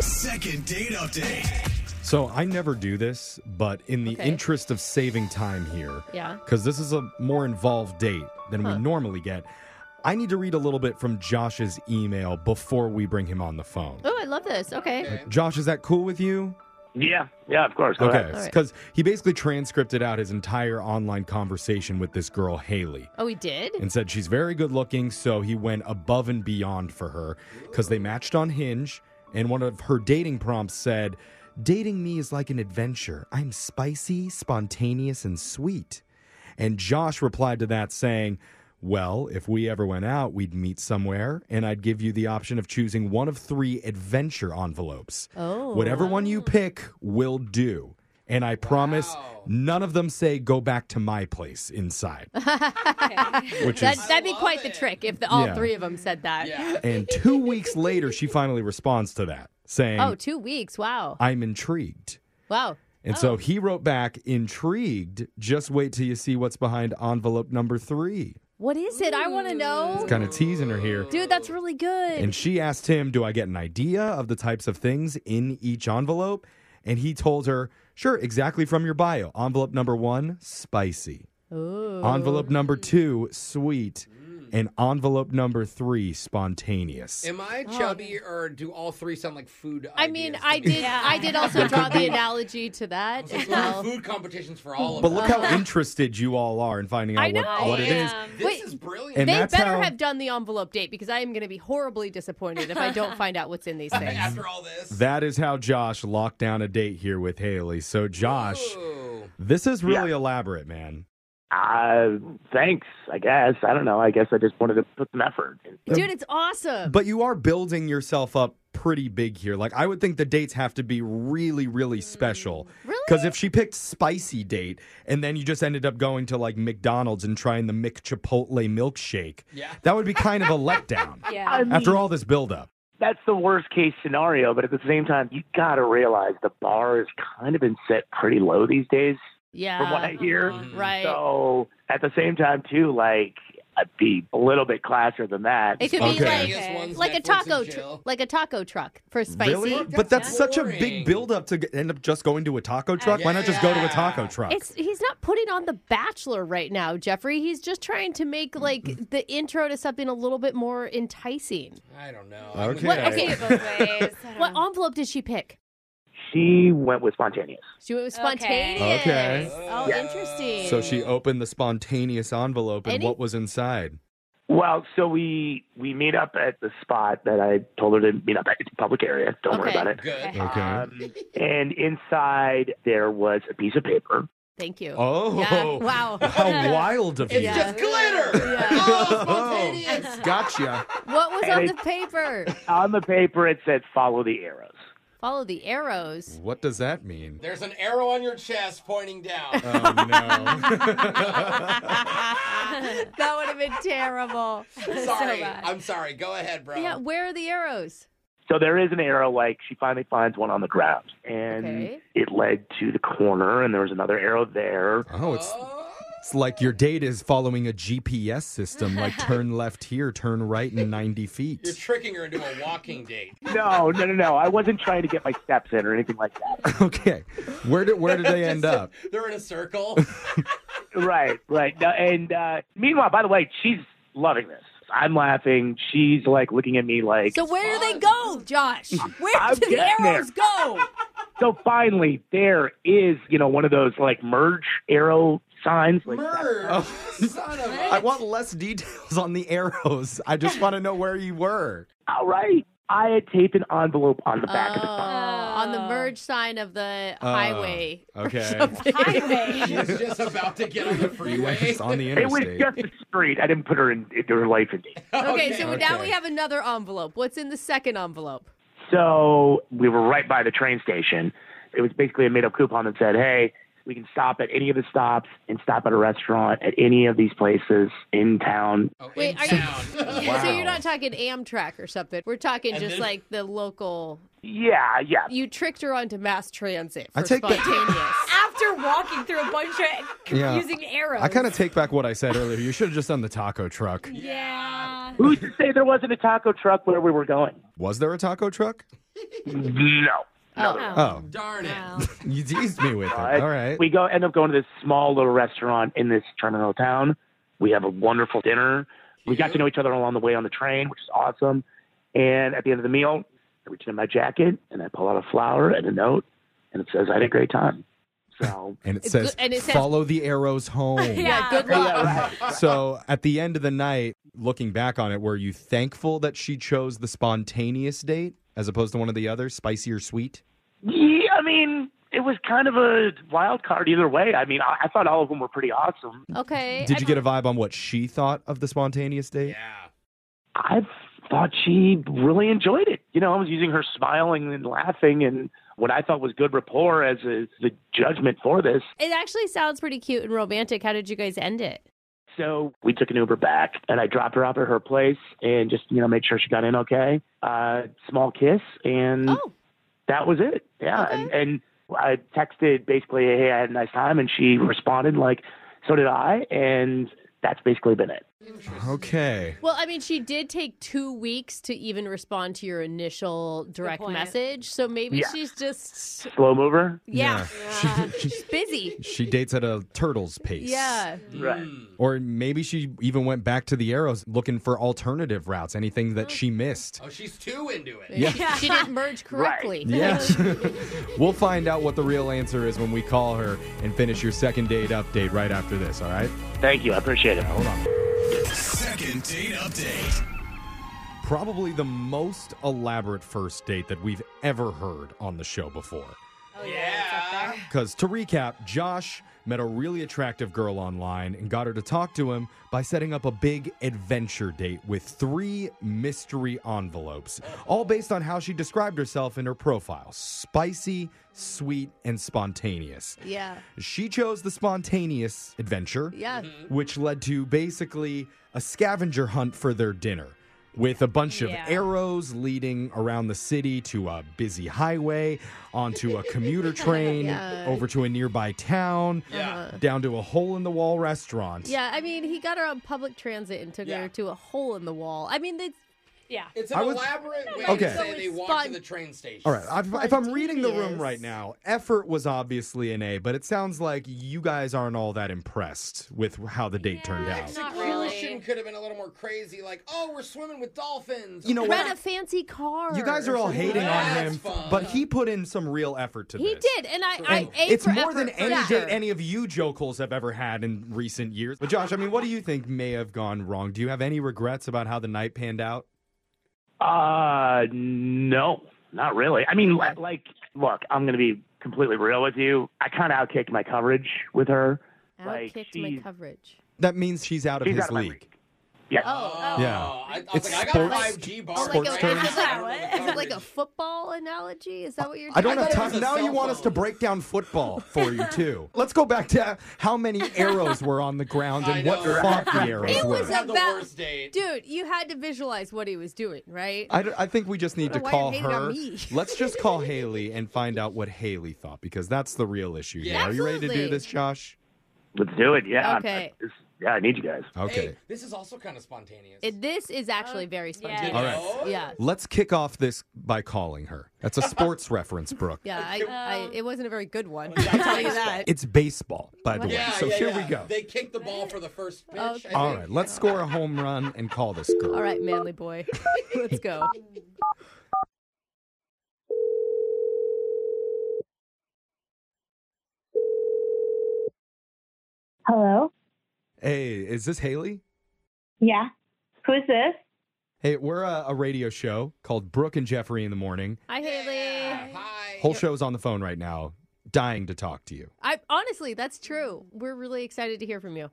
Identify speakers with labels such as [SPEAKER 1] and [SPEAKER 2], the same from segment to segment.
[SPEAKER 1] second date update.
[SPEAKER 2] So I never do this, but in the
[SPEAKER 3] Okay.
[SPEAKER 2] interest of saving time here,
[SPEAKER 3] Yeah.
[SPEAKER 2] because this is a more involved date than we normally get, I need to read a little bit from Josh's email before we bring him on the phone.
[SPEAKER 3] Oh, I love this. Okay.
[SPEAKER 2] Josh, is that cool with you?
[SPEAKER 4] Yeah, yeah, of course. Go
[SPEAKER 2] okay,
[SPEAKER 4] ahead.
[SPEAKER 3] All right.
[SPEAKER 2] because he basically transcripted out his entire online conversation with this girl, Haley.
[SPEAKER 3] Oh, we did?
[SPEAKER 2] and said she's very good looking, so he went above and beyond for her because they matched on Hinge. And one of her dating prompts said, Dating me is like an adventure. I'm spicy, spontaneous, and sweet. And Josh replied to that saying, Well, if we ever went out, we'd meet somewhere, and I'd give you the option of choosing one of three adventure envelopes.
[SPEAKER 3] Oh.
[SPEAKER 2] Whatever one you pick will do. And I promise none of them say go back to my place inside. Which
[SPEAKER 3] That,
[SPEAKER 2] is
[SPEAKER 3] that'd be quite the trick if the, all
[SPEAKER 2] Yeah.
[SPEAKER 3] three of them said that.
[SPEAKER 2] and 2 weeks later she finally responds to that saying,
[SPEAKER 3] Oh, two weeks. Wow.
[SPEAKER 2] "I'm intrigued."
[SPEAKER 3] Wow.
[SPEAKER 2] And so he wrote back, "Intrigued. Just wait till you see what's behind envelope number 3."
[SPEAKER 3] What is it? I want to know.
[SPEAKER 2] Kind of teasing her here.
[SPEAKER 3] Dude, that's really good.
[SPEAKER 2] And she asked him, Do I get an idea of the types of things in each envelope? And he told her, Sure, exactly from your bio. Envelope number one, spicy. Envelope number two, sweet. And envelope number three, spontaneous.
[SPEAKER 5] Am I chubby or do all three sound like food?
[SPEAKER 3] I mean,
[SPEAKER 5] ideas to
[SPEAKER 3] I
[SPEAKER 5] me?
[SPEAKER 3] did. I did also draw the analogy to that as well.
[SPEAKER 5] Well, food competitions for all of
[SPEAKER 2] But
[SPEAKER 5] us.
[SPEAKER 2] look how interested you all are in finding
[SPEAKER 3] I
[SPEAKER 2] out
[SPEAKER 3] know.
[SPEAKER 2] what, what it is.
[SPEAKER 5] This
[SPEAKER 3] Wait,
[SPEAKER 5] is brilliant.
[SPEAKER 2] And
[SPEAKER 3] they
[SPEAKER 2] that's
[SPEAKER 3] better
[SPEAKER 2] how,
[SPEAKER 3] have done the envelope date because I am going to be horribly disappointed if I don't find out what's in these things.
[SPEAKER 5] After all this.
[SPEAKER 2] that is how Josh locked down a date here with Haley. So, Josh,
[SPEAKER 5] Ooh.
[SPEAKER 2] this is really elaborate, man.
[SPEAKER 4] Uh, thanks. I guess I don't know. I guess I just wanted to put some effort. in.
[SPEAKER 3] Dude, it's awesome.
[SPEAKER 2] But you are building yourself up pretty big here. Like I would think the dates have to be really, really special.
[SPEAKER 3] Mm. Really?
[SPEAKER 2] Because if she picked spicy date and then you just ended up going to like McDonald's and trying the McChipotle milkshake,
[SPEAKER 5] Yeah.
[SPEAKER 2] that would be kind of a letdown.
[SPEAKER 4] I mean,
[SPEAKER 2] After all this buildup.
[SPEAKER 4] that's the worst case scenario. But at the same time, you got to realize the bar has kind of been set pretty low these days, from what I
[SPEAKER 3] yeah.
[SPEAKER 4] hear.
[SPEAKER 3] Uh-huh. Right.
[SPEAKER 4] So at the same time, too, like I'd be a little bit classier than that.
[SPEAKER 3] It could
[SPEAKER 2] Okay.
[SPEAKER 3] be like
[SPEAKER 5] Vegas ones,
[SPEAKER 3] like a
[SPEAKER 5] Netflix and
[SPEAKER 3] taco tr-
[SPEAKER 5] chill.
[SPEAKER 3] like a taco truck for spicy.
[SPEAKER 2] Really? But that's such a big
[SPEAKER 5] Boring.
[SPEAKER 2] buildup to g- end up just going to a taco truck. Why not just go to a taco truck?
[SPEAKER 3] It's he's not putting on the bachelor right now, Jeffrey. He's just trying to make like the intro to something a little bit more enticing.
[SPEAKER 5] I don't know.
[SPEAKER 2] Okay.
[SPEAKER 3] What
[SPEAKER 2] Yeah.
[SPEAKER 3] okay,
[SPEAKER 6] both ways.
[SPEAKER 3] what envelope did she pick?
[SPEAKER 4] She went with spontaneous.
[SPEAKER 3] She went with
[SPEAKER 6] Okay.
[SPEAKER 3] spontaneous.
[SPEAKER 2] Okay.
[SPEAKER 6] Oh, interesting.
[SPEAKER 2] so she opened the spontaneous envelope and
[SPEAKER 3] Any-
[SPEAKER 2] what was inside?
[SPEAKER 4] Well, so we we meet up at the spot that I told her to meet up at. It's a public area. Don't worry
[SPEAKER 3] Okay.
[SPEAKER 4] about it.
[SPEAKER 5] Good.
[SPEAKER 2] Okay.
[SPEAKER 4] Um, and inside there was a piece of paper.
[SPEAKER 3] Thank you.
[SPEAKER 2] oh.
[SPEAKER 3] Yeah. Wow.
[SPEAKER 2] How wild of you.
[SPEAKER 5] It's just glitter.
[SPEAKER 3] Yeah.
[SPEAKER 5] Oh, spontaneous.
[SPEAKER 2] Gotcha.
[SPEAKER 3] What was on
[SPEAKER 4] Hey.
[SPEAKER 3] the paper?
[SPEAKER 4] On the paper it said "Follow the arrows."
[SPEAKER 3] Follow the arrows.
[SPEAKER 2] What does that mean? Oh,
[SPEAKER 5] There's an arrow on your chest pointing down.
[SPEAKER 2] Uh,
[SPEAKER 3] That would have been terrible.
[SPEAKER 5] sorry.
[SPEAKER 6] bad.
[SPEAKER 5] I'm sorry. Go ahead, bro.
[SPEAKER 3] Yeah, where are the arrows?
[SPEAKER 4] So there is an arrow. Like she finally finds one on the ground, and
[SPEAKER 3] Okay.
[SPEAKER 4] it led to the corner, and there was another arrow there.
[SPEAKER 2] Oh, it's, it's like your date is following a GPS system, like turn left here, turn right in 90
[SPEAKER 5] You're
[SPEAKER 2] feet.
[SPEAKER 5] tricking her into a walking date.
[SPEAKER 4] No, no, no, no. I wasn't trying to get my steps in or anything like that.
[SPEAKER 2] Okay. Where did where did they end up?
[SPEAKER 5] They're in a circle.
[SPEAKER 4] right, right. No, and uh, meanwhile, by the way, she's loving this. I'm laughing. She's like looking at me like.
[SPEAKER 3] So where do they go, Josh? Where
[SPEAKER 4] I'm
[SPEAKER 3] do the
[SPEAKER 4] getting there.
[SPEAKER 3] arrows go?
[SPEAKER 4] So finally, there is you know one of those like merge arrow signs. Like
[SPEAKER 5] Merge. Son of a.
[SPEAKER 2] Oh. I want less details on the arrows. I just want to know where you were.
[SPEAKER 4] all right, I had taped an envelope on the back of the
[SPEAKER 3] Oh,
[SPEAKER 4] sign.
[SPEAKER 3] on the merge sign of the highway.
[SPEAKER 2] Oh, Okay.
[SPEAKER 5] She's just about to get on the freeway.
[SPEAKER 2] It's on the
[SPEAKER 4] It was
[SPEAKER 2] interstate.
[SPEAKER 4] just a street. I didn't put her in, into her life in danger.
[SPEAKER 3] Okay, so now
[SPEAKER 2] Okay.
[SPEAKER 3] we have another envelope. What's in the second envelope?
[SPEAKER 4] So we were right by the train station. It was basically a made up coupon that said, hey, we can stop at any of the stops and stop at a restaurant at any of these places in town.
[SPEAKER 5] Oh,
[SPEAKER 3] Wait,
[SPEAKER 5] in
[SPEAKER 3] are you-
[SPEAKER 5] town.
[SPEAKER 3] So you're not talking Amtrak or something. We're talking
[SPEAKER 5] And
[SPEAKER 3] just
[SPEAKER 5] then-
[SPEAKER 3] like the local.
[SPEAKER 4] Yeah, yeah.
[SPEAKER 3] You tricked her onto mass transit for
[SPEAKER 2] I take the-
[SPEAKER 3] spontaneous.
[SPEAKER 6] After walking through a bunch of
[SPEAKER 2] Yeah.
[SPEAKER 6] confusing arrows.
[SPEAKER 2] I kind of take back what I said earlier. You should have just done the taco truck.
[SPEAKER 6] Yeah.
[SPEAKER 4] Who's to say there wasn't a taco truck where we were going?
[SPEAKER 2] Was there a taco truck?
[SPEAKER 4] No.
[SPEAKER 3] Oh.
[SPEAKER 2] Oh,
[SPEAKER 5] Darn it.
[SPEAKER 6] Wow.
[SPEAKER 2] you teased me with it.
[SPEAKER 4] Uh,
[SPEAKER 2] All right.
[SPEAKER 4] We go end up going to this small little restaurant in this terminal town. We have a wonderful dinner. We got to know each other along the way on the train, which is awesome. And at the end of the meal, I reach in my jacket and I pull out a flower and a note, and it says, "I had a great time." So
[SPEAKER 2] and it
[SPEAKER 3] It's
[SPEAKER 2] says,
[SPEAKER 3] good- and it says-
[SPEAKER 2] follow the arrows home.
[SPEAKER 3] Yeah,
[SPEAKER 6] Yeah.
[SPEAKER 3] good luck.
[SPEAKER 2] so at the end of the night, looking back on it, were you thankful that she chose the spontaneous date as opposed to one of the others, spicy or sweet?
[SPEAKER 4] Yeah, I mean, it was kind of a wild card either way. I mean, I, I thought all of them were pretty awesome.
[SPEAKER 3] Okay.
[SPEAKER 2] Did
[SPEAKER 3] I
[SPEAKER 2] you get a vibe on what she thought of the spontaneous date?
[SPEAKER 5] Yeah.
[SPEAKER 4] I thought she really enjoyed it. You know, I was using her smiling and laughing and what I thought was good rapport as a, the judgment for this.
[SPEAKER 3] It actually sounds pretty cute and romantic. How did you guys end it?
[SPEAKER 4] So we took an Uber back, and I dropped her off at her place and just you know made sure she got in okay. Uh, small kiss, and
[SPEAKER 2] Mm.
[SPEAKER 3] Oh,
[SPEAKER 4] that was it. Yeah,
[SPEAKER 3] Okay.
[SPEAKER 4] and, and I texted basically, hey, I had a nice time, and she responded like, so did I, and that's basically been it.
[SPEAKER 2] Okay.
[SPEAKER 3] well, I mean, she did take two weeks to even respond to your initial direct
[SPEAKER 6] point.
[SPEAKER 3] message. So maybe
[SPEAKER 4] Yeah.
[SPEAKER 3] she's just,
[SPEAKER 4] Slow mover,
[SPEAKER 3] yeah,
[SPEAKER 2] Yeah. She, she,
[SPEAKER 3] busy.
[SPEAKER 2] she dates at a turtle's pace.
[SPEAKER 3] Yeah.
[SPEAKER 4] right?
[SPEAKER 2] Or maybe she even went back to the arrows looking for alternative routes, anything that she missed.
[SPEAKER 5] Oh, she's too into it.
[SPEAKER 2] Yeah.
[SPEAKER 3] She didn't merge correctly.
[SPEAKER 2] Yes. we'll find out what the real answer is when we call her and finish your second date update right after this, all right?
[SPEAKER 4] Thank you, I appreciate it.
[SPEAKER 2] Hold on.
[SPEAKER 1] Second date update.
[SPEAKER 2] Probably the most elaborate first date that we've ever heard on the show before.
[SPEAKER 6] Oh,
[SPEAKER 5] Yeah.
[SPEAKER 2] Because to recap, Josh met a really attractive girl online and got her to talk to him by setting up a big adventure date with three mystery envelopes, all based on how she described herself in her profile spicy, sweet, and spontaneous.
[SPEAKER 3] Yeah.
[SPEAKER 2] She chose the spontaneous adventure,
[SPEAKER 3] Yeah.
[SPEAKER 2] which led to basically a scavenger hunt for their dinner. With a bunch of
[SPEAKER 6] Yeah.
[SPEAKER 2] arrows leading around the city to a busy highway, onto a commuter train,
[SPEAKER 3] Yeah.
[SPEAKER 2] over to a nearby town,
[SPEAKER 5] Yeah.
[SPEAKER 2] down to a hole in the wall restaurant.
[SPEAKER 3] Yeah. I mean, he got her on public transit and took
[SPEAKER 5] Yeah.
[SPEAKER 3] her to a hole in the wall. I mean, it's
[SPEAKER 6] Yeah.
[SPEAKER 5] It's an
[SPEAKER 2] I was-
[SPEAKER 5] elaborate way
[SPEAKER 2] Okay.
[SPEAKER 5] to say they
[SPEAKER 3] So it's
[SPEAKER 5] walk
[SPEAKER 3] fun.
[SPEAKER 5] to the train station.
[SPEAKER 2] All right, I've, if I'm reading the room
[SPEAKER 3] Spontaneous.
[SPEAKER 2] right now, effort was obviously an A, but it sounds like you guys aren't all that impressed with how the date turned out.
[SPEAKER 5] Execution
[SPEAKER 6] really.
[SPEAKER 5] could have been a little more crazy, like, oh, we're swimming with dolphins. Oh,
[SPEAKER 2] You know what?
[SPEAKER 3] rent a fancy car.
[SPEAKER 2] You guys are all hating on
[SPEAKER 5] That's
[SPEAKER 2] him,
[SPEAKER 5] fun.
[SPEAKER 2] but he put in some real effort to
[SPEAKER 3] He
[SPEAKER 2] this.
[SPEAKER 3] did. And I, I
[SPEAKER 2] And
[SPEAKER 3] A
[SPEAKER 2] it's
[SPEAKER 3] for
[SPEAKER 2] more
[SPEAKER 3] effort,
[SPEAKER 2] than
[SPEAKER 3] for
[SPEAKER 2] any
[SPEAKER 3] sure.
[SPEAKER 2] date any of you jokels have ever had in recent years. But Josh, I mean, what do you think may have gone wrong? Do you have any regrets about how the night panned out?
[SPEAKER 4] Uh, no, not really. I mean, li- like, look, I'm going to be completely real with you. I kind of outkicked my coverage with her. Like,
[SPEAKER 3] Outkicked my
[SPEAKER 4] she's-
[SPEAKER 3] coverage.
[SPEAKER 2] That means she's out of
[SPEAKER 4] She's
[SPEAKER 2] his
[SPEAKER 4] out of my
[SPEAKER 2] league.
[SPEAKER 4] league. Yeah.
[SPEAKER 5] Oh,
[SPEAKER 2] Yeah.
[SPEAKER 5] I, I was
[SPEAKER 2] It's
[SPEAKER 5] like, I
[SPEAKER 2] sports-
[SPEAKER 5] got 5G bars.
[SPEAKER 2] sports
[SPEAKER 5] right
[SPEAKER 3] terms. Oh
[SPEAKER 5] now.
[SPEAKER 3] Is that
[SPEAKER 6] what-
[SPEAKER 5] Coverage.
[SPEAKER 3] Is it like a football analogy? Is that what you're
[SPEAKER 2] I don't
[SPEAKER 5] I
[SPEAKER 2] have
[SPEAKER 5] thought it
[SPEAKER 2] time.
[SPEAKER 5] was a
[SPEAKER 2] Now
[SPEAKER 5] cell
[SPEAKER 2] you want us to
[SPEAKER 5] phone.
[SPEAKER 2] break down football for you, too. Let's go back to how many arrows were on the ground
[SPEAKER 5] I
[SPEAKER 2] and what
[SPEAKER 5] know.
[SPEAKER 2] font the arrows
[SPEAKER 3] It
[SPEAKER 2] were.
[SPEAKER 3] was
[SPEAKER 5] It's not the
[SPEAKER 3] about-
[SPEAKER 5] worst date.
[SPEAKER 3] Dude, you had to visualize what he was doing, right?
[SPEAKER 2] I, d- I think we just need to
[SPEAKER 3] Why you
[SPEAKER 2] call
[SPEAKER 3] hating on
[SPEAKER 2] her.
[SPEAKER 3] me?
[SPEAKER 2] Let's just call Haley and find out what Haley thought because that's the real issue. here.
[SPEAKER 5] Yeah.
[SPEAKER 2] Are you ready to do
[SPEAKER 3] Absolutely.
[SPEAKER 2] this, Josh?
[SPEAKER 4] Let's do it. Yeah. I'm-
[SPEAKER 3] Okay.
[SPEAKER 4] I- it's- yeah, I need you guys.
[SPEAKER 2] Okay.
[SPEAKER 5] Hey, this is also kind of spontaneous.
[SPEAKER 3] It- this is actually very
[SPEAKER 5] You
[SPEAKER 3] spontaneous.
[SPEAKER 2] All right.
[SPEAKER 5] know?
[SPEAKER 3] Yeah.
[SPEAKER 2] Let's kick off this by calling her. That's a sports reference, Brooke.
[SPEAKER 3] Yeah, I, I, it wasn't a very good one.
[SPEAKER 5] yeah,
[SPEAKER 3] I'll tell you
[SPEAKER 5] baseball.
[SPEAKER 3] that.
[SPEAKER 2] It's baseball, by the way.
[SPEAKER 5] Yeah,
[SPEAKER 2] so
[SPEAKER 5] yeah,
[SPEAKER 2] here
[SPEAKER 5] yeah.
[SPEAKER 2] we go.
[SPEAKER 5] They kicked the ball for the first pitch.
[SPEAKER 3] Okay.
[SPEAKER 5] I
[SPEAKER 2] All
[SPEAKER 5] think.
[SPEAKER 2] right, let's score a home run and call this girl.
[SPEAKER 3] All right, manly boy. Let's go.
[SPEAKER 7] Hello?
[SPEAKER 2] Hey, is this Haley?
[SPEAKER 7] Yeah. Who is this?
[SPEAKER 2] Hey, we're a, a radio show called Brooke and Jeffrey in the Morning.
[SPEAKER 3] Hi,
[SPEAKER 5] Yeah.
[SPEAKER 3] Haley.
[SPEAKER 5] Hi.
[SPEAKER 2] Whole show's on the phone right now, dying to talk to you.
[SPEAKER 3] I honestly, that's true. We're really excited to hear from you.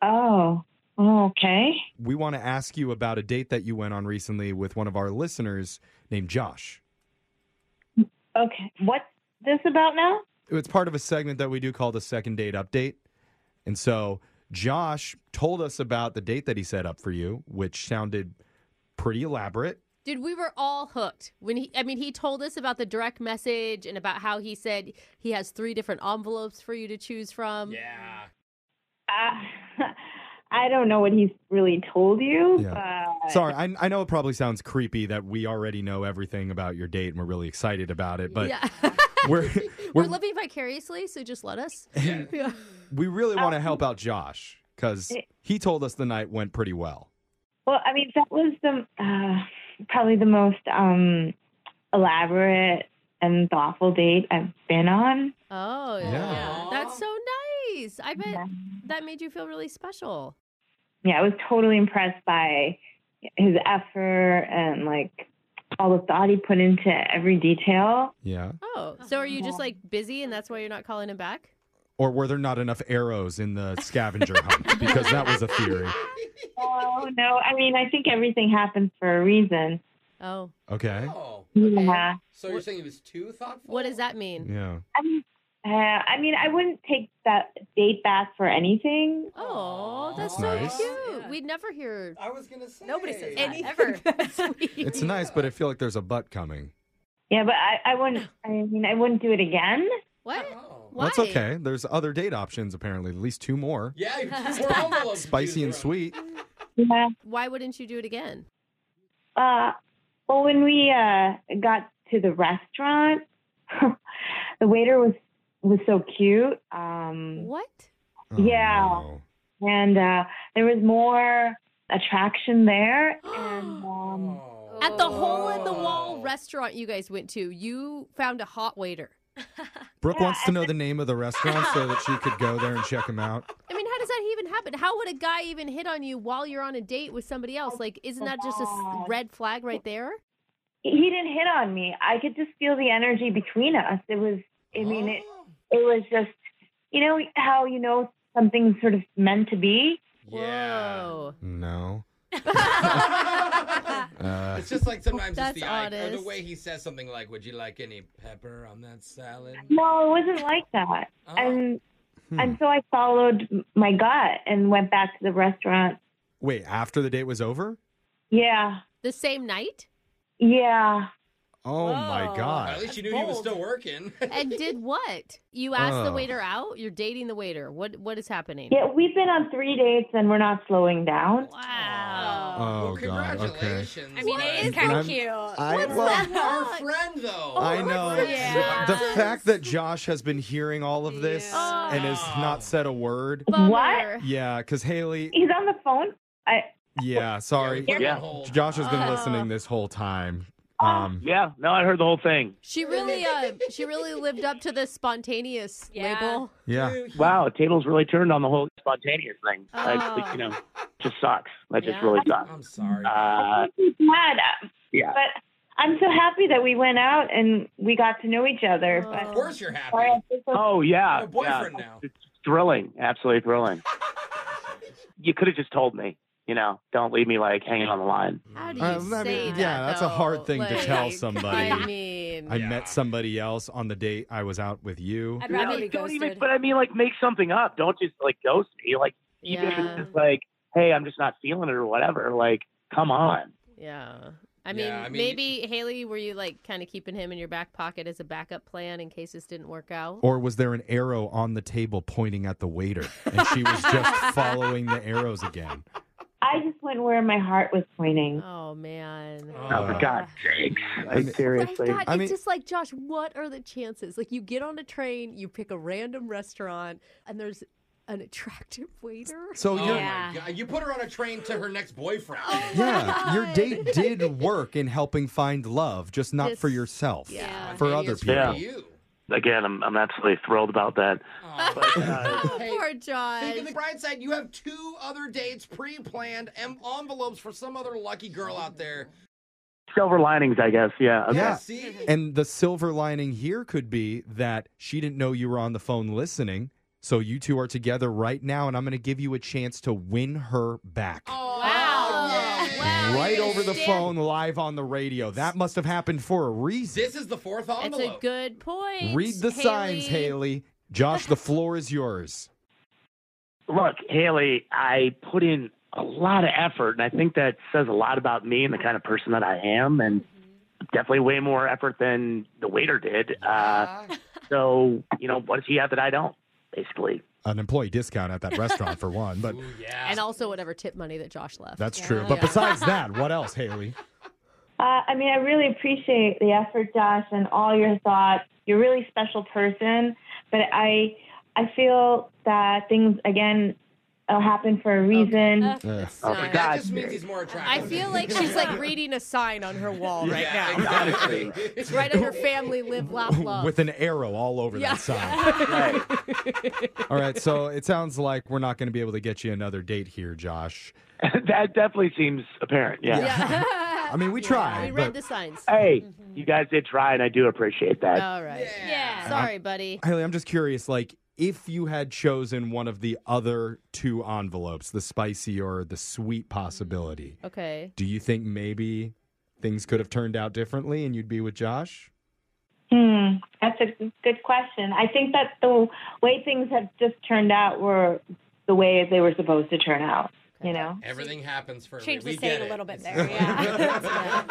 [SPEAKER 7] Oh, okay.
[SPEAKER 2] We want to ask you about a date that you went on recently with one of our listeners named Josh.
[SPEAKER 7] Okay. What's this about now?
[SPEAKER 2] it's part of a segment that we do called a second date update. And so Josh told us about the date that he set up for you, which sounded pretty elaborate.
[SPEAKER 3] Dude, we were all hooked when he. I mean, he told us about the direct message and about how he said he Um, has three different envelopes for you to choose from.
[SPEAKER 5] Yeah.
[SPEAKER 7] Uh, I don't know what he's really told you. But
[SPEAKER 2] Sorry, I, I know it probably sounds creepy that we already know everything about your date and we're really excited about it, but
[SPEAKER 3] yeah.
[SPEAKER 2] we're,
[SPEAKER 3] We're,
[SPEAKER 2] we're,
[SPEAKER 3] living vicariously, so just let us. Yeah.
[SPEAKER 2] we really want to help out Josh because he told us the night went pretty well.
[SPEAKER 7] Well, I mean, that was the uh, probably the most um, elaborate and thoughtful date I've been on.
[SPEAKER 3] Oh, yeah.
[SPEAKER 2] Yeah.
[SPEAKER 3] That's so nice. I bet that made you feel really special.
[SPEAKER 7] Yeah, I was totally impressed by his effort and like all the thought he put into every detail.
[SPEAKER 2] Yeah.
[SPEAKER 3] Oh, so are you just like busy and that's why you're not calling him back?
[SPEAKER 2] Or were there not enough arrows in the scavenger hunt? Because that was a theory.
[SPEAKER 7] Oh no, I mean, I think everything happens for a reason.
[SPEAKER 3] Oh,
[SPEAKER 2] Okay.
[SPEAKER 5] Oh.
[SPEAKER 7] Yeah.
[SPEAKER 5] So you're saying he was too thoughtful?
[SPEAKER 3] what does that mean?
[SPEAKER 2] Yeah.
[SPEAKER 7] I mean, uh, I mean, I wouldn't take that date back for anything.
[SPEAKER 3] Oh, that's so
[SPEAKER 2] That's nice.
[SPEAKER 3] cute.
[SPEAKER 6] Yeah.
[SPEAKER 3] We'd never hear
[SPEAKER 5] I was gonna say
[SPEAKER 6] Nobody says that
[SPEAKER 3] anything
[SPEAKER 6] ever.
[SPEAKER 3] that sweet.
[SPEAKER 2] It's nice, but I feel like there's a butt coming.
[SPEAKER 7] Yeah, but I, I wouldn't. I mean, I wouldn't do it again.
[SPEAKER 3] What?
[SPEAKER 5] Oh.
[SPEAKER 3] Why?
[SPEAKER 2] That's okay. There's other date options, apparently, at least two more
[SPEAKER 5] Yeah, you- we're all a little
[SPEAKER 2] spicy and
[SPEAKER 5] confused, bro.
[SPEAKER 2] sweet.
[SPEAKER 7] Yeah.
[SPEAKER 3] Why wouldn't you do it again?
[SPEAKER 7] Uh, well, when we uh, got to the restaurant, the waiter was was so cute, um,
[SPEAKER 3] What?
[SPEAKER 2] Oh,
[SPEAKER 7] Yeah.
[SPEAKER 2] no.
[SPEAKER 7] and uh, there was more attraction there. And um,
[SPEAKER 5] Oh.
[SPEAKER 3] At the hole in the
[SPEAKER 2] Oh.
[SPEAKER 3] wall restaurant you guys went to, you found a hot waiter.
[SPEAKER 2] Brooke wants to know the name of the restaurant so that she could go there and check him out.
[SPEAKER 3] I mean, how does that even happen? How would a guy even hit on you while you're on a date with somebody else? Like, isn't that just a s- red flag right there?
[SPEAKER 7] he didn't hit on me. I could just feel the energy between us. It was. I mean, it it was just. You know how you know something's sort of meant to be.
[SPEAKER 5] Yeah.
[SPEAKER 3] Whoa.
[SPEAKER 2] No. Uh,
[SPEAKER 5] It's just like sometimes
[SPEAKER 3] That's
[SPEAKER 5] it's the eye, or the
[SPEAKER 3] honest.
[SPEAKER 5] way he says something like, "Would you like any pepper on that salad?"
[SPEAKER 7] No, it wasn't like that.
[SPEAKER 5] Oh.
[SPEAKER 7] And
[SPEAKER 2] Hmm.
[SPEAKER 7] and so I followed my gut and went back to the restaurant.
[SPEAKER 2] wait, after the date was over?
[SPEAKER 7] Yeah.
[SPEAKER 3] The same night?
[SPEAKER 7] Yeah.
[SPEAKER 2] Oh my
[SPEAKER 6] Whoa.
[SPEAKER 5] Well, at
[SPEAKER 2] god.
[SPEAKER 5] least you knew he was
[SPEAKER 6] bold.
[SPEAKER 5] still working.
[SPEAKER 3] And did what? You asked the
[SPEAKER 2] Oh.
[SPEAKER 3] waiter out? You're dating the waiter. What What is happening?
[SPEAKER 7] Yeah, we've been on three dates and we're not slowing down.
[SPEAKER 3] Wow.
[SPEAKER 2] Oh
[SPEAKER 5] well,
[SPEAKER 2] god. Okay.
[SPEAKER 5] congratulations.
[SPEAKER 6] I mean, it is
[SPEAKER 2] And
[SPEAKER 6] kind
[SPEAKER 2] I'm-
[SPEAKER 6] of cute.
[SPEAKER 2] I well,
[SPEAKER 5] Our friend, though.
[SPEAKER 2] I know
[SPEAKER 6] Yeah.
[SPEAKER 2] the fact that Josh has been hearing all of this
[SPEAKER 3] Yeah.
[SPEAKER 2] and has not said a word.
[SPEAKER 3] Bummer.
[SPEAKER 2] Yeah, because Haley.
[SPEAKER 7] He's on the phone. I
[SPEAKER 2] Yeah,
[SPEAKER 5] we
[SPEAKER 2] sorry.
[SPEAKER 5] put him on
[SPEAKER 4] Yeah.
[SPEAKER 5] hold.
[SPEAKER 2] Josh has been
[SPEAKER 3] Oh.
[SPEAKER 2] listening this whole time. Um,
[SPEAKER 4] Yeah, no, I heard the whole thing.
[SPEAKER 3] She really, uh, she really lived up to the spontaneous
[SPEAKER 6] Yeah.
[SPEAKER 3] label.
[SPEAKER 2] yeah.
[SPEAKER 4] Wow, the tables really turned on the whole spontaneous thing.
[SPEAKER 3] Oh.
[SPEAKER 4] Like, you know, just sucks. That
[SPEAKER 3] Yeah.
[SPEAKER 4] just really sucks.
[SPEAKER 5] I'm sorry.
[SPEAKER 4] Uh,
[SPEAKER 7] he's mad,
[SPEAKER 4] yeah.
[SPEAKER 7] but I'm so happy that we went out and we got to know each other.
[SPEAKER 5] of
[SPEAKER 7] But
[SPEAKER 6] Oh.
[SPEAKER 5] course you're happy.
[SPEAKER 7] Sorry, I think we're-
[SPEAKER 4] Oh
[SPEAKER 5] I'm
[SPEAKER 4] yeah,
[SPEAKER 5] a boyfriend
[SPEAKER 4] yeah.
[SPEAKER 5] now.
[SPEAKER 4] It's thrilling, absolutely thrilling. you could have just told me, you know, don't leave me like hanging on the line.
[SPEAKER 3] How do you
[SPEAKER 2] Uh, I
[SPEAKER 3] say
[SPEAKER 2] mean,
[SPEAKER 3] that?
[SPEAKER 2] yeah, that's a hard
[SPEAKER 3] though?
[SPEAKER 2] thing to
[SPEAKER 3] Like,
[SPEAKER 2] tell somebody.
[SPEAKER 3] I mean,
[SPEAKER 2] I
[SPEAKER 5] Yeah.
[SPEAKER 2] met somebody else on the date I was out with you.
[SPEAKER 6] I'd rather
[SPEAKER 3] No,
[SPEAKER 6] be
[SPEAKER 4] Don't
[SPEAKER 6] ghosted.
[SPEAKER 4] even, but I mean, like, make something up. Don't just like ghost me. Like, even if
[SPEAKER 3] yeah,
[SPEAKER 4] it's just like, hey, I'm just not feeling it or whatever. Like, come on.
[SPEAKER 3] yeah. I mean,
[SPEAKER 5] Yeah, I mean-
[SPEAKER 3] maybe Haley, were you like kind of keeping him in your back pocket as a backup plan in case this didn't work out?
[SPEAKER 2] Or was there an arrow on the table pointing at the waiter and she was just following the arrows again?
[SPEAKER 7] I just went where my heart was pointing.
[SPEAKER 3] Oh man.
[SPEAKER 4] Oh,
[SPEAKER 2] Uh,
[SPEAKER 4] for God's sakes!
[SPEAKER 2] I mean-
[SPEAKER 4] Like, seriously.
[SPEAKER 3] My God,
[SPEAKER 2] I mean-
[SPEAKER 3] it's just like Josh. What are the chances? Like you get on a train, you pick a random restaurant, and there's an attractive waiter.
[SPEAKER 2] So
[SPEAKER 5] Oh
[SPEAKER 2] you're.
[SPEAKER 6] Yeah.
[SPEAKER 5] my god! You put her on a train to her next boyfriend.
[SPEAKER 2] Oh, Yeah, your
[SPEAKER 3] God.
[SPEAKER 2] date did work in helping find love, just not for
[SPEAKER 3] This-
[SPEAKER 2] yourself.
[SPEAKER 3] yeah.
[SPEAKER 2] For other
[SPEAKER 5] Spontaneous for
[SPEAKER 4] people.
[SPEAKER 5] You.
[SPEAKER 4] Again, I'm I'm absolutely thrilled about that.
[SPEAKER 5] Oh,
[SPEAKER 4] But, uh,
[SPEAKER 3] Oh,
[SPEAKER 5] Hey,
[SPEAKER 3] poor
[SPEAKER 5] Think of
[SPEAKER 3] Josh.
[SPEAKER 5] the bright side. You have two other dates pre-planned and envelopes for some other lucky girl out there.
[SPEAKER 4] silver linings, I guess. Yeah. Okay.
[SPEAKER 2] Oh, Yeah.
[SPEAKER 5] See?
[SPEAKER 2] And the silver lining here could be that she didn't know you were on the phone listening. So you two are together right now, and I'm going to give you a chance to win her back.
[SPEAKER 5] Oh,
[SPEAKER 3] Wow.
[SPEAKER 5] yeah.
[SPEAKER 3] Wow.
[SPEAKER 2] right
[SPEAKER 3] you
[SPEAKER 2] over the
[SPEAKER 3] understand?
[SPEAKER 2] phone, live on the radio. That must have happened for a reason.
[SPEAKER 5] This is the fourth
[SPEAKER 3] It's
[SPEAKER 5] envelope.
[SPEAKER 3] a good point.
[SPEAKER 2] Read the signs, Haley. Josh, the floor is yours.
[SPEAKER 4] Look, Haley, I put in a lot of effort, and I think that says a lot about me and the kind of person that I am, and definitely way more effort than the waiter did. Uh, so, you know, what does he have that I don't? basically.
[SPEAKER 2] an employee discount at that restaurant for one, but
[SPEAKER 5] yeah.
[SPEAKER 3] and also whatever tip money that Josh left.
[SPEAKER 2] that's true. But besides that, what else, Haley?
[SPEAKER 7] Uh, I mean, I really appreciate the effort, Josh, and all your thoughts. You're a really special person, but I, I feel that things again, will happen for a reason.
[SPEAKER 6] Uh.
[SPEAKER 2] Ugh.
[SPEAKER 4] Oh,
[SPEAKER 3] Nice.
[SPEAKER 4] for
[SPEAKER 5] That
[SPEAKER 4] God's
[SPEAKER 5] just means
[SPEAKER 4] sake.
[SPEAKER 5] he's more attractive.
[SPEAKER 3] I feel like she's like reading a sign on her wall right
[SPEAKER 5] Yeah,
[SPEAKER 3] now.
[SPEAKER 5] exactly.
[SPEAKER 3] It's right under family, live, laugh, love.
[SPEAKER 2] With an arrow all over
[SPEAKER 3] Yeah.
[SPEAKER 2] that sign.
[SPEAKER 4] Right.
[SPEAKER 2] All right, so it sounds like we're not going to be able to get you another date here, Josh.
[SPEAKER 4] that definitely seems apparent. Yeah.
[SPEAKER 3] yeah.
[SPEAKER 2] I mean, we
[SPEAKER 3] we
[SPEAKER 2] tried,
[SPEAKER 3] read
[SPEAKER 2] but
[SPEAKER 3] the signs.
[SPEAKER 4] Hey, you guys did try, and I do appreciate that.
[SPEAKER 3] All right.
[SPEAKER 6] Yeah.
[SPEAKER 3] Sorry, buddy.
[SPEAKER 2] Haley, I'm just curious, like if you had chosen one of the other two envelopes, the spicy or the sweet possibility,
[SPEAKER 3] Okay.
[SPEAKER 2] do you think maybe things could have turned out differently and you'd be with Josh?
[SPEAKER 7] Hmm, that's a good question. I think that the way things have just turned out were the way they were supposed to turn out. You know.
[SPEAKER 5] Everything happens for
[SPEAKER 6] Change
[SPEAKER 5] we
[SPEAKER 6] the
[SPEAKER 5] get
[SPEAKER 6] saying a
[SPEAKER 5] it.
[SPEAKER 6] little bit there. Yeah.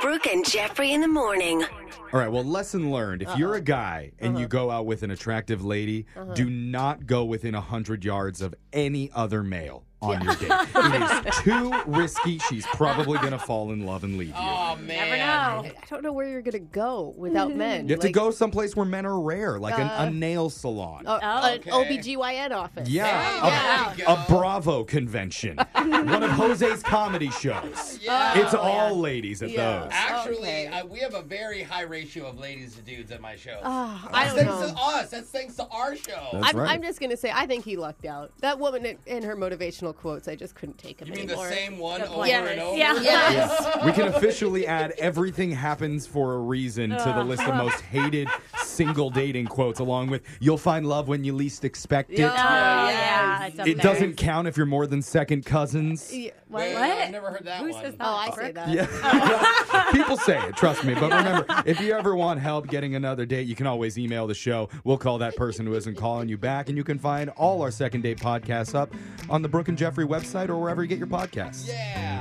[SPEAKER 8] Brooke and Jeffrey in the morning.
[SPEAKER 2] All right, well, lesson learned. If you're a guy and
[SPEAKER 5] Uh-huh.
[SPEAKER 2] you go out with an attractive lady, do not go within 100 yards of any other male on your date. It is too risky. She's probably going to fall in love and leave you.
[SPEAKER 5] Oh man.
[SPEAKER 6] Never know.
[SPEAKER 3] I don't know where you're gonna go without men.
[SPEAKER 2] You have to
[SPEAKER 3] Like,
[SPEAKER 2] go someplace where men are rare, like
[SPEAKER 5] Uh,
[SPEAKER 2] an, a nail salon.
[SPEAKER 5] oh.
[SPEAKER 3] a- Oh, an
[SPEAKER 5] Okay.
[SPEAKER 3] OBGYN office.
[SPEAKER 2] Yeah,
[SPEAKER 5] Yeah.
[SPEAKER 2] a,
[SPEAKER 5] There you
[SPEAKER 2] a Bravo convention. One of Jose's comedy shows.
[SPEAKER 5] Yeah.
[SPEAKER 2] It's all ladies at those.
[SPEAKER 5] Actually,
[SPEAKER 3] Okay.
[SPEAKER 5] uh, we have a very high ratio of ladies to dudes at my show.
[SPEAKER 3] Ah, I
[SPEAKER 5] That's
[SPEAKER 3] don't
[SPEAKER 5] thanks
[SPEAKER 3] know.
[SPEAKER 5] to us. That's thanks to our show.
[SPEAKER 2] That's
[SPEAKER 3] I'm,
[SPEAKER 2] right.
[SPEAKER 3] I'm just gonna say I think he lucked out. That woman and- and her motivational quotes, I just couldn't take him
[SPEAKER 5] you mean the
[SPEAKER 3] anymore.
[SPEAKER 5] same one over
[SPEAKER 6] Yes.
[SPEAKER 5] and over?
[SPEAKER 6] Yeah.
[SPEAKER 2] We can officially add everything happens for a reason to the list of most hated single dating quotes, along with you'll find love when you least expect it.
[SPEAKER 6] Oh, yeah. It's up
[SPEAKER 2] It
[SPEAKER 6] there.
[SPEAKER 2] doesn't count if you're more than second cousins.
[SPEAKER 3] Yeah, what?
[SPEAKER 5] Wait,
[SPEAKER 6] What?
[SPEAKER 5] I've never heard that
[SPEAKER 6] Who
[SPEAKER 5] one.
[SPEAKER 6] says that?
[SPEAKER 3] Oh, I say that.
[SPEAKER 2] Yeah. People say it, trust me. But remember, if you ever want help getting another date, you can always email the show. We'll call that person who isn't calling you back. And you can find all our second date podcasts up on the Brooke and Jeffrey website or wherever you get your podcasts.
[SPEAKER 5] Yeah.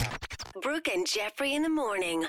[SPEAKER 8] Brooke and Jeffrey in the morning.